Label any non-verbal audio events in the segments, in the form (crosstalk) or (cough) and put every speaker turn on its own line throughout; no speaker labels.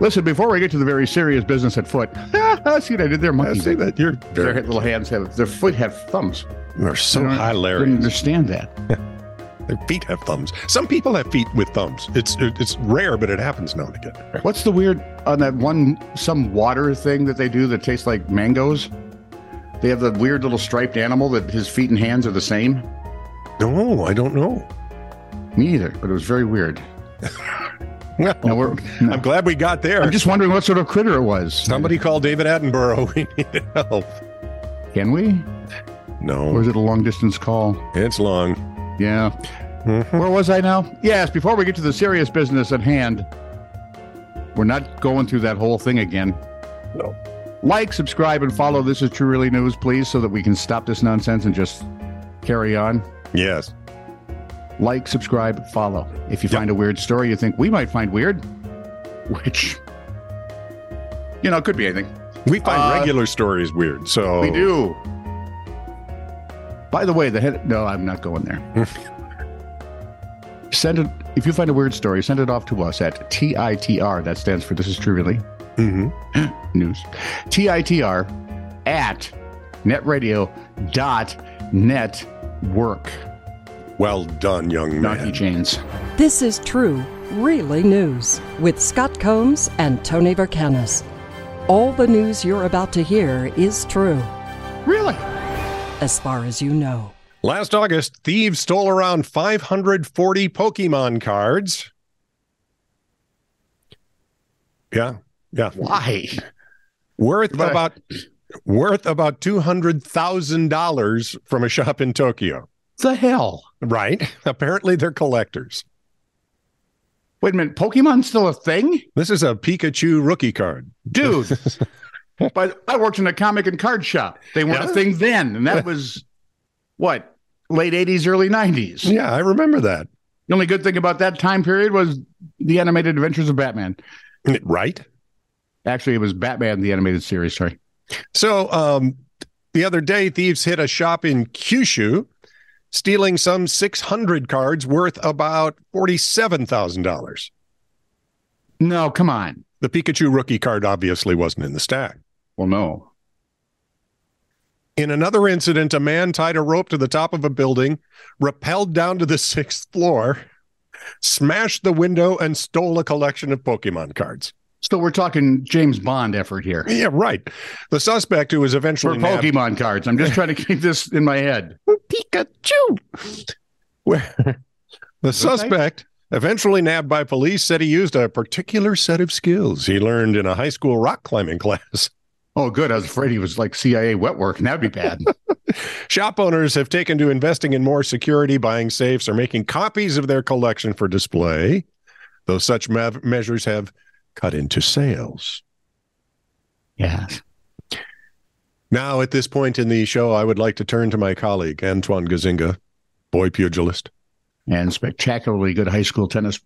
Listen, before we get to the very serious business at foot, (laughs) see what I did there,
I
monkey.
see
did.
that you're
Their
very,
little hands have their foot have thumbs.
you are so
I don't- Didn't
hilarious.
understand that.
Their feet have thumbs. Some people have feet with thumbs. It's it's rare, but it happens now and again.
What's the weird on that one some water thing that they do that tastes like mangoes? They have the weird little striped animal that his feet and hands are the same.
No, I don't know.
Me either, but it was very weird.
Well,
Now we're,
(laughs) I'm glad we got there.
I'm just wondering what sort of critter it was.
Somebody call David Attenborough. (laughs) We need help.
Can we? Or
No,
is it a long distance call?
it's long.
Yeah. Where was I now? Yes, before we get to the serious business at hand, we're not going through that whole thing again.
No.
Like, subscribe, and follow This Is True Really News, please, so that we can stop this nonsense and just carry on.
Yes.
Like, subscribe, follow. If you
Yep.
find a weird story you think we might find weird, which, you know, it could be anything.
We find
Uh,
regular stories weird. So
We do. Oh. By the way, the head. No, I'm not going (laughs) there. send it. If you find a weird story, send it off to us at TITR. That stands for This Is True Really
hmm
News. TITR at netradio.network.
Well done, young
Knocky
man.
chains.
This is true, really news with Scott Combs and Tony Vercanis. All the news you're about to hear is true,
Really?
as far as you know.
Last August, thieves stole around 540 Pokemon cards. Yeah, yeah,
Why?
worth
Goodbye.
about worth about two hundred thousand dollars from a shop in Tokyo.
The hell?
Right? (laughs) Apparently, they're collectors.
Wait a minute. Pokemon's still a thing?
This is a Pikachu rookie card. (laughs)
dude. but I worked in a comic and card shop. They weren't
Yeah?
a thing then, and that was what late '80s, early '90s.
Yeah, I remember that.
The only good thing about that time period was the animated Adventures of Batman.
Right?
Actually, it was Batman the animated series. Sorry,
So um, the other day, thieves hit a shop in Kyushu, stealing some 600 cards worth about $47,000.
no, come on.
The Pikachu rookie card obviously wasn't in the stack.
Well, no,
In another incident, a man tied a rope to the top of a building, rappelled down to the (laughs) sixth floor, smashed the window, and stole a collection of Pokemon cards.
so we're talking James Bond effort here
Yeah, right. The suspect, who was
for
eventually nabbed-
Pokemon cards.
(laughs)
I'm just trying to keep this in my head.
Pikachu. Where (laughs) the suspect, eventually nabbed by police, said he used a particular set of skills he learned in a high school rock climbing (laughs) class.
Oh, good. I was afraid he was like CIA wet work, and that'd be
(laughs)
bad.
Shop owners have taken to investing in more security, buying safes, or making copies of their collection for display, though such mev- measures have cut into sales.
yes.
Now, at this point in the show, I would like to turn to my colleague, Antoine Gazinga, boy pugilist. (laughs)
And spectacularly good high school tennis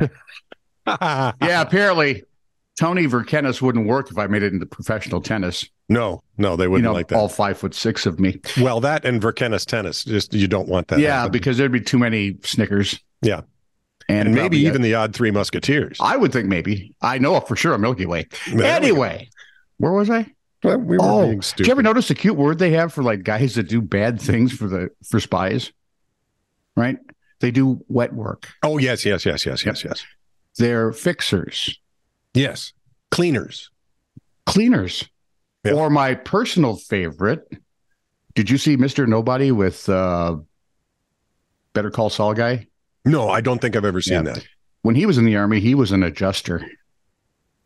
yeah, apparently Tony Verkenis wouldn't work if I made it into professional tennis.
no, no, they
You
wouldn't
know,
like that.
all five foot six of me.
Well, that and Verkenis tennis, just you don't want that.
yeah,
happening.
because there'd be too many Snickers.
Yeah.
And,
and maybe
probably-
even the odd Three Musketeers.
I would think maybe. I know for sure a Milky Way.
There we go.
anyway, where was I?
Well, we were
Oh,
being
Did
stupid.
you ever notice the cute word they have for like guys that do bad things for the for spies? Right? They do wet work.
oh, yes, yes, yes, yes, yes, yes,
They're fixers,
yes. Cleaners.
cleaners.
Yeah.
Or my personal favorite. Did you see Mr. Nobody with uh Better Call Saul guy?
No, I don't think I've ever seen
when he was in the army, he was an adjuster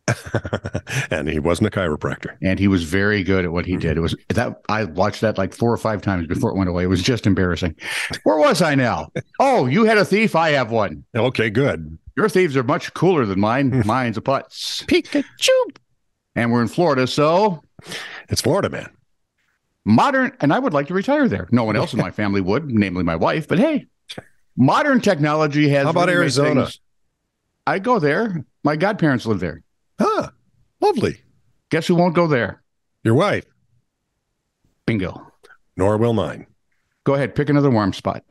that. (laughs) and he wasn't a chiropractor.
and he was very good at what he did. It was that I watched that like four or five times before it went away. It was just embarrassing. Where was I now? Oh, you had a thief. I have one.
Okay, good.
Your thieves are much cooler than mine. Mine's a putz.
Hmm. Pikachu.
And we're in Florida. So
It's Florida, man.
modern, and I would like to retire there. No one
(laughs)
else in my family would, namely my wife, but hey, modern technology has.
How about
really made
Arizona?
things- I go there. My godparents live there.
Huh. Ah, Lovely.
Guess who won't go there?
Your wife,
Bingo.
nor will mine.
Go ahead, pick another warm spot.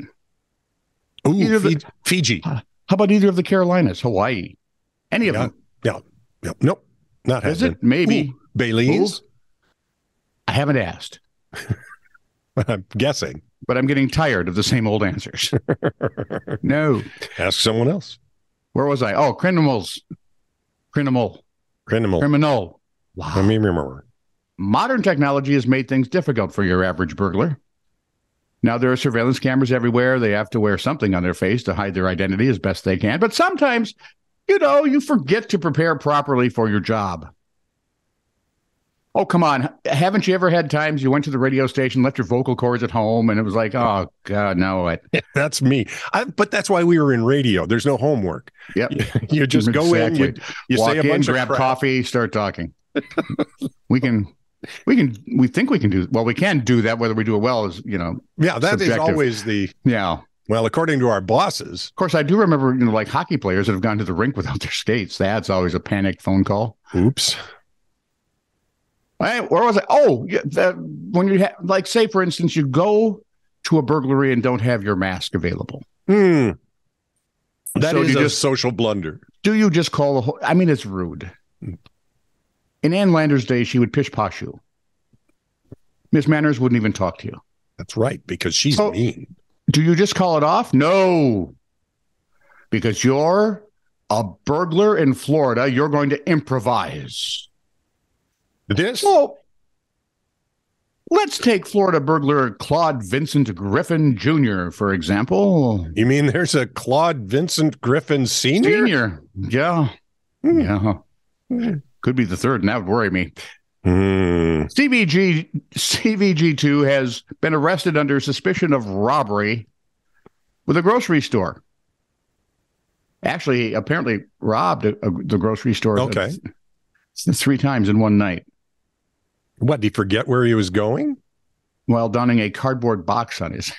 Ooh,
Either the-
Fi- Fiji.
How about either of the Carolinas, Hawaii, any of
Yeah.
them?
Yeah. Nope. Nope. Not has
Is it? Maybe.
Ooh, Baileys?
I haven't asked,
(laughs) I'm guessing.
but I'm getting tired of the same old
(laughs)
answers. no.
Ask someone else.
Where was I? Oh, criminals. Criminal.
Criminal.
Criminal. Wow.
I mean, remember.
Modern technology has made things difficult for your average burglar. Now there are surveillance cameras everywhere. They have to wear something on their face to hide their identity as best they can. But sometimes, you know, you forget to prepare properly for your job. Oh, come on. Haven't you ever had times you went to the radio station, left your vocal cords at home, and it was like, oh, God, now
(laughs)
what?
That's me. I, but that's why we were in radio. There's no homework.
(laughs) Yep.
You just go in, you, you
Walk
say a
in,
bunch
grab
of crap.
coffee, start talking. we can, we can, we think we can do, well, we can do that. Whether we do it well is, you know,
Yeah, that is
Subjective.
always the
yeah.
well, according to our bosses.
Of course, I do remember, you know, like hockey players that have gone to the rink without their skates. That's always a panicked phone call.
Oops.
Hey, where was I? Oh, yeah, that, when you ha- like, say, for instance, you go to a burglary and don't have your mask available.
Hmm. That is
So do
a
you just-
social blunder.
Do you just call the whole? I mean, it's rude. In Ann Lander's day, she would pish posh you. Miss Manners wouldn't even talk to you.
That's right, because she's
Oh.
mean.
Do you just call it off? No, because you're a burglar in Florida. You're going to improvise.
This
Well, let's take Florida burglar Claude Vincent Griffin Jr., for example.
you mean there's a Claude Vincent Griffin Senior?
Senior. Yeah.
Hmm.
Yeah. Could be the third, and that would worry me.
Hmm.
CVG CVG2 has been arrested under suspicion of robbery with a grocery store. Actually, he apparently robbed a, a, the grocery store
Okay.
th- (laughs) three times in one night
What? Did he forget where he was going?
while donning a cardboard box on his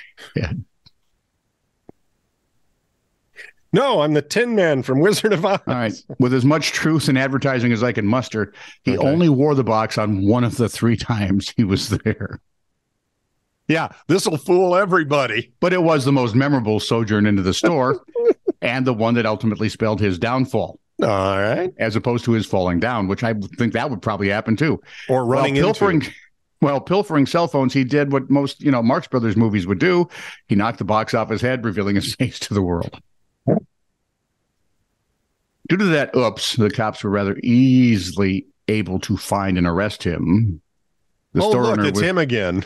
No, I'm the Tin Man from Wizard of Oz. (laughs)
All right. With as much truth in advertising as I can muster, he
Okay.
only wore the box on one of the three times he was there.
Yeah, this will fool everybody.
But it was the most memorable sojourn into the store and the one that ultimately spelled his downfall,
All right.
as opposed to his falling down, which I think that would probably happen too.
Or running
while
into.
pilfering, (laughs) while pilfering cell phones, he did what most, you know, Marx Brothers movies would do. He knocked the box off his head, revealing his (laughs) face to the world. Due to that, oops, the cops were rather easily able to find and arrest him. The
oh,
store
look,
owner
it's
was,
him again.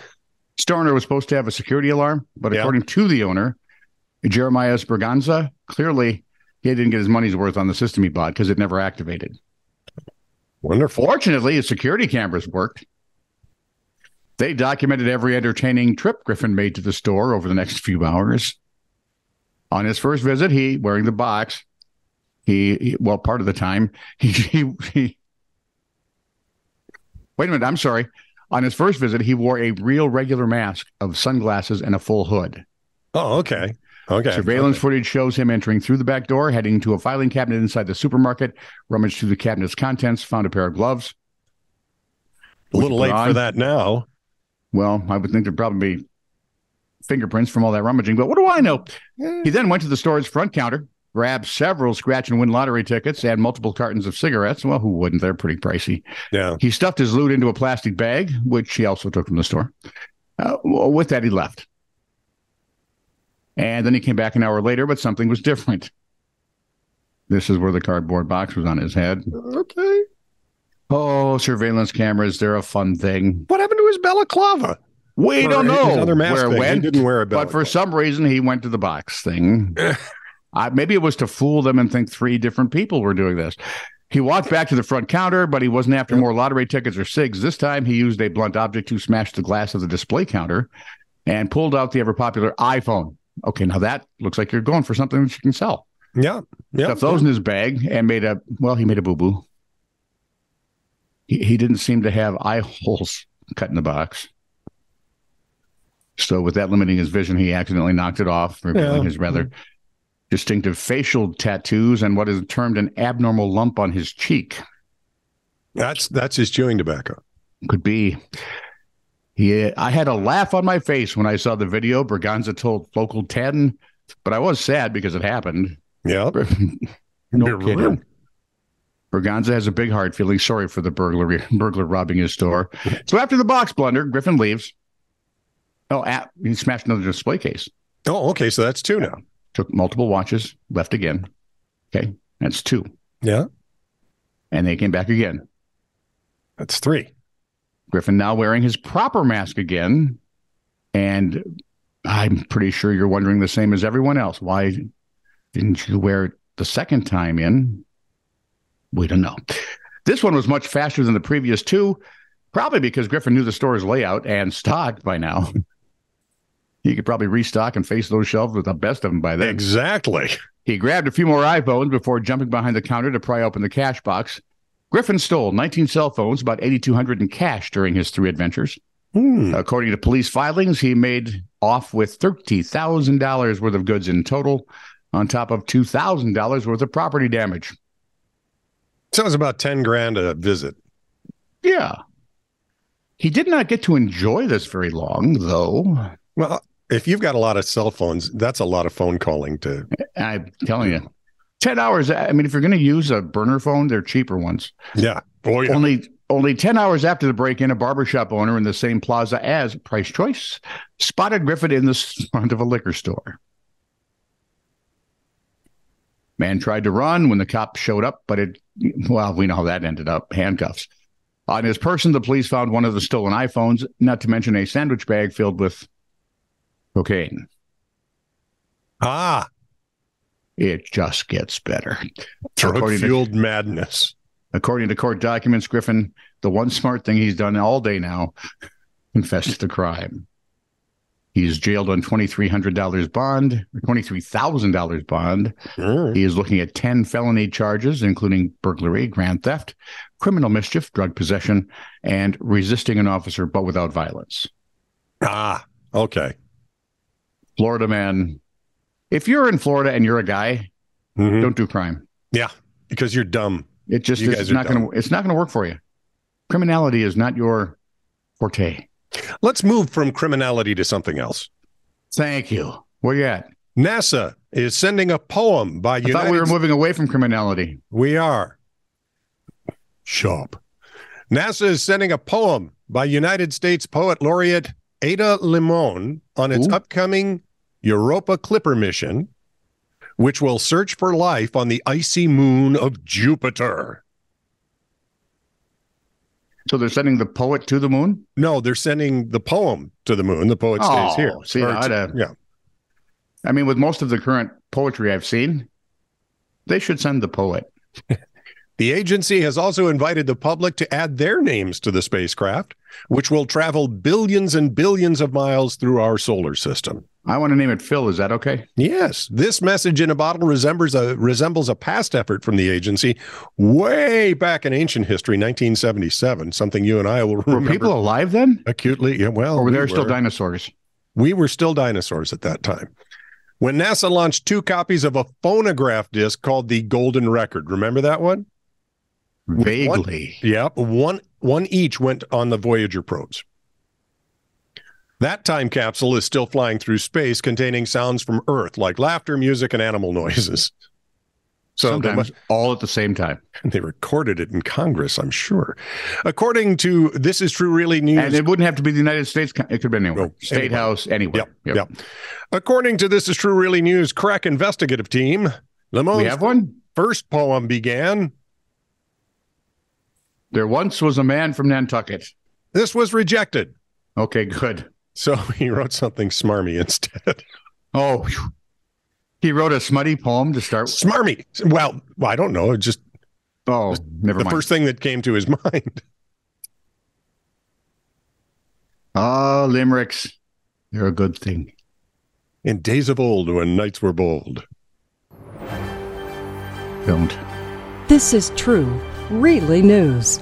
store owner was supposed to have a security alarm, but
Yeah.
according to the owner, Jeremiah Braganza, clearly he didn't get his money's worth on the system he bought because it never activated.
Wonderful.
Fortunately, his security cameras worked. They documented every entertaining trip Griffin made to the store over the next few hours. On his first visit, he wearing the box. He, he- well, part of the time (laughs) he, he he. Wait a minute! I'm sorry. On his first visit, he wore a real regular mask of sunglasses and a full hood.
Oh, okay. Okay.
Surveillance
Okay.
footage shows him entering through the back door, heading to a filing cabinet inside the supermarket, rummaged through the cabinet's contents, found a pair of gloves.
A little late for
Ron.
that now.
Well, I would think there'd probably be fingerprints from all that rummaging, but what do I know? He then went to the store's front counter, grabbed several scratch and win lottery tickets and multiple cartons of cigarettes. Well, who wouldn't? They're pretty pricey.
Yeah.
He stuffed his loot into a plastic bag, which he also took from the store. Uh, well, with that, he left. And then he came back an hour later, but something was different. This is where the cardboard box was on his head.
Okay.
Oh, surveillance cameras, they're a fun thing.
What happened to his balaclava?
We
Or
don't
his
know
Other mask
where it
thing. He
went,
didn't wear a
but for
balaclava.
some reason he went to the box thing. uh, maybe it was to fool them and think three different people were doing this. He walked back to the front counter, but he wasn't after more lottery tickets or cigs. This time he used a blunt object to smash the glass of the display counter and pulled out the ever popular iPhone. Okay, now that looks like you're going for something that you can sell.
yeah. Yeah.
Stuffed those in his bag and made a well, he made a boo boo. He, he didn't seem to have eye holes (laughs) cut in the box. So, with that limiting his vision, he accidentally knocked it off, revealing
Yeah.
his rather distinctive facial tattoos and what is termed an abnormal lump on his cheek.
That's that's his chewing tobacco.
Could be. Yeah, I had a laugh on my face when I saw the video. Braganza told local ten, (laughs) but I was sad because it happened.
Yeah.
No kidding. Berganza has a big heart, feeling sorry for the burglary, burglar robbing his store. So after the box blunder, Griffin leaves. Oh, at, he smashed another display case.
Oh, okay. So that's two now.
Took multiple watches, left again. Okay, that's two.
Yeah.
And they came back again.
That's three.
Griffin now wearing his proper mask again. And I'm pretty sure you're wondering the same as everyone else. Why didn't you wear it the second time in? We don't know. This one was much faster than the previous two, probably because Griffin knew the store's layout and stocked by now. (laughs) he could probably restock and face those shelves with the best of them by then.
Exactly.
He grabbed a few more iPhones before jumping behind the counter to pry open the cash box. Griffin stole 19 cell phones, about 8,200 in cash during his three adventures.
Hmm.
According to police filings, he made off with $30,000 worth of goods in total, on top of $2,000 worth of property damage.
Sounds about 10 grand a visit.
Yeah. He did not get to enjoy this very long, though.
Well, if you've got a lot of cell phones, that's a lot of phone calling to.
I'm telling you, 10 hours. I mean, if you're going to use a burner phone, they're cheaper ones.
Yeah. Oh, yeah.
(laughs) Only only 10 hours after the break in, a barbershop owner in the same plaza as Price Choice spotted Griffin in the s- (laughs) front of a liquor store. Man tried to run when the cop showed up, but it, well, we know how that ended up handcuffs. On his person, the police found one of the stolen iPhones, not to mention a sandwich bag filled with cocaine.
Ah,
It just gets better.
drug
According to-
fueled madness.
According to court documents, Griffin, the one smart thing he's done all day now, (laughs) confessed to the crime. He's jailed on $2,300 bond, or $23,000 bond.
Hmm.
He is looking at 10 felony charges, including burglary, grand theft, criminal mischief, drug possession, and resisting an officer but without violence.
Ah, okay.
Florida man, if you're in Florida and you're a guy,
Mhm.
don't do crime.
Yeah, because you're dumb.
It just
You
is
guys
it's
are
not going
dumb.
to it's not going to work for you. Criminality is not your forte.
Let's move from criminality to something else.
Thank you. Where you at?
NASA is sending a poem by
I thought
United
we were moving away from criminality.
We are. Sharp. NASA is sending a poem by United States poet laureate Ada Limon on its
Ooh.
upcoming Europa Clipper mission, which will search for life on the icy moon of Jupiter.
So they're sending the poet to the moon.
No, they're sending the poem to the moon. The poet stays
Oh,
here.
see,
Or
I'd,
to-
uh,
yeah.
I mean, with most of the current poetry I've seen, they should send the poet.
The agency has also invited the public to add their names to the spacecraft, which will travel billions and billions of miles through our solar system.
I want to name it Phil. Is that okay?
Yes, this message in a bottle resembles a resembles a past effort from the agency, way back in ancient history, 1977. Something you and I will (laughs)
Were
remember
people alive then,
acutely. Yeah, well,
or were
we
there still
were.
dinosaurs?
we were still dinosaurs at that time. When NASA launched two copies of a phonograph disc called the Golden Record, remember that one?
Vaguely.
Yep, one one each went on the Voyager probes. That time capsule is still flying through space, containing sounds from Earth like laughter, music, and animal noises. (laughs) So they mu-
Sometimes all at the same time,
They recorded it in Congress, I'm sure. According to This Is True Really News.
and it wouldn't have to be the United States. co- It could be anywhere,
No,
state
anywhere.
house, anywhere.
Yep, yep. according to This Is True Really News crack investigative team,
We
Lamont's
have one.
first poem began.
There once was a man from Nantucket.
This was rejected.
Okay, good.
So (laughs) he wrote something smarmy instead.
Oh, phew. he wrote a smutty poem to start.
smarmy. Well, I don't know. It Just
Oh, never
the
mind.
first thing that came to his (laughs) mind.
Ah, limericks. They're a good thing.
In days of old, when knights were bold.
Don't.
This is true, really news.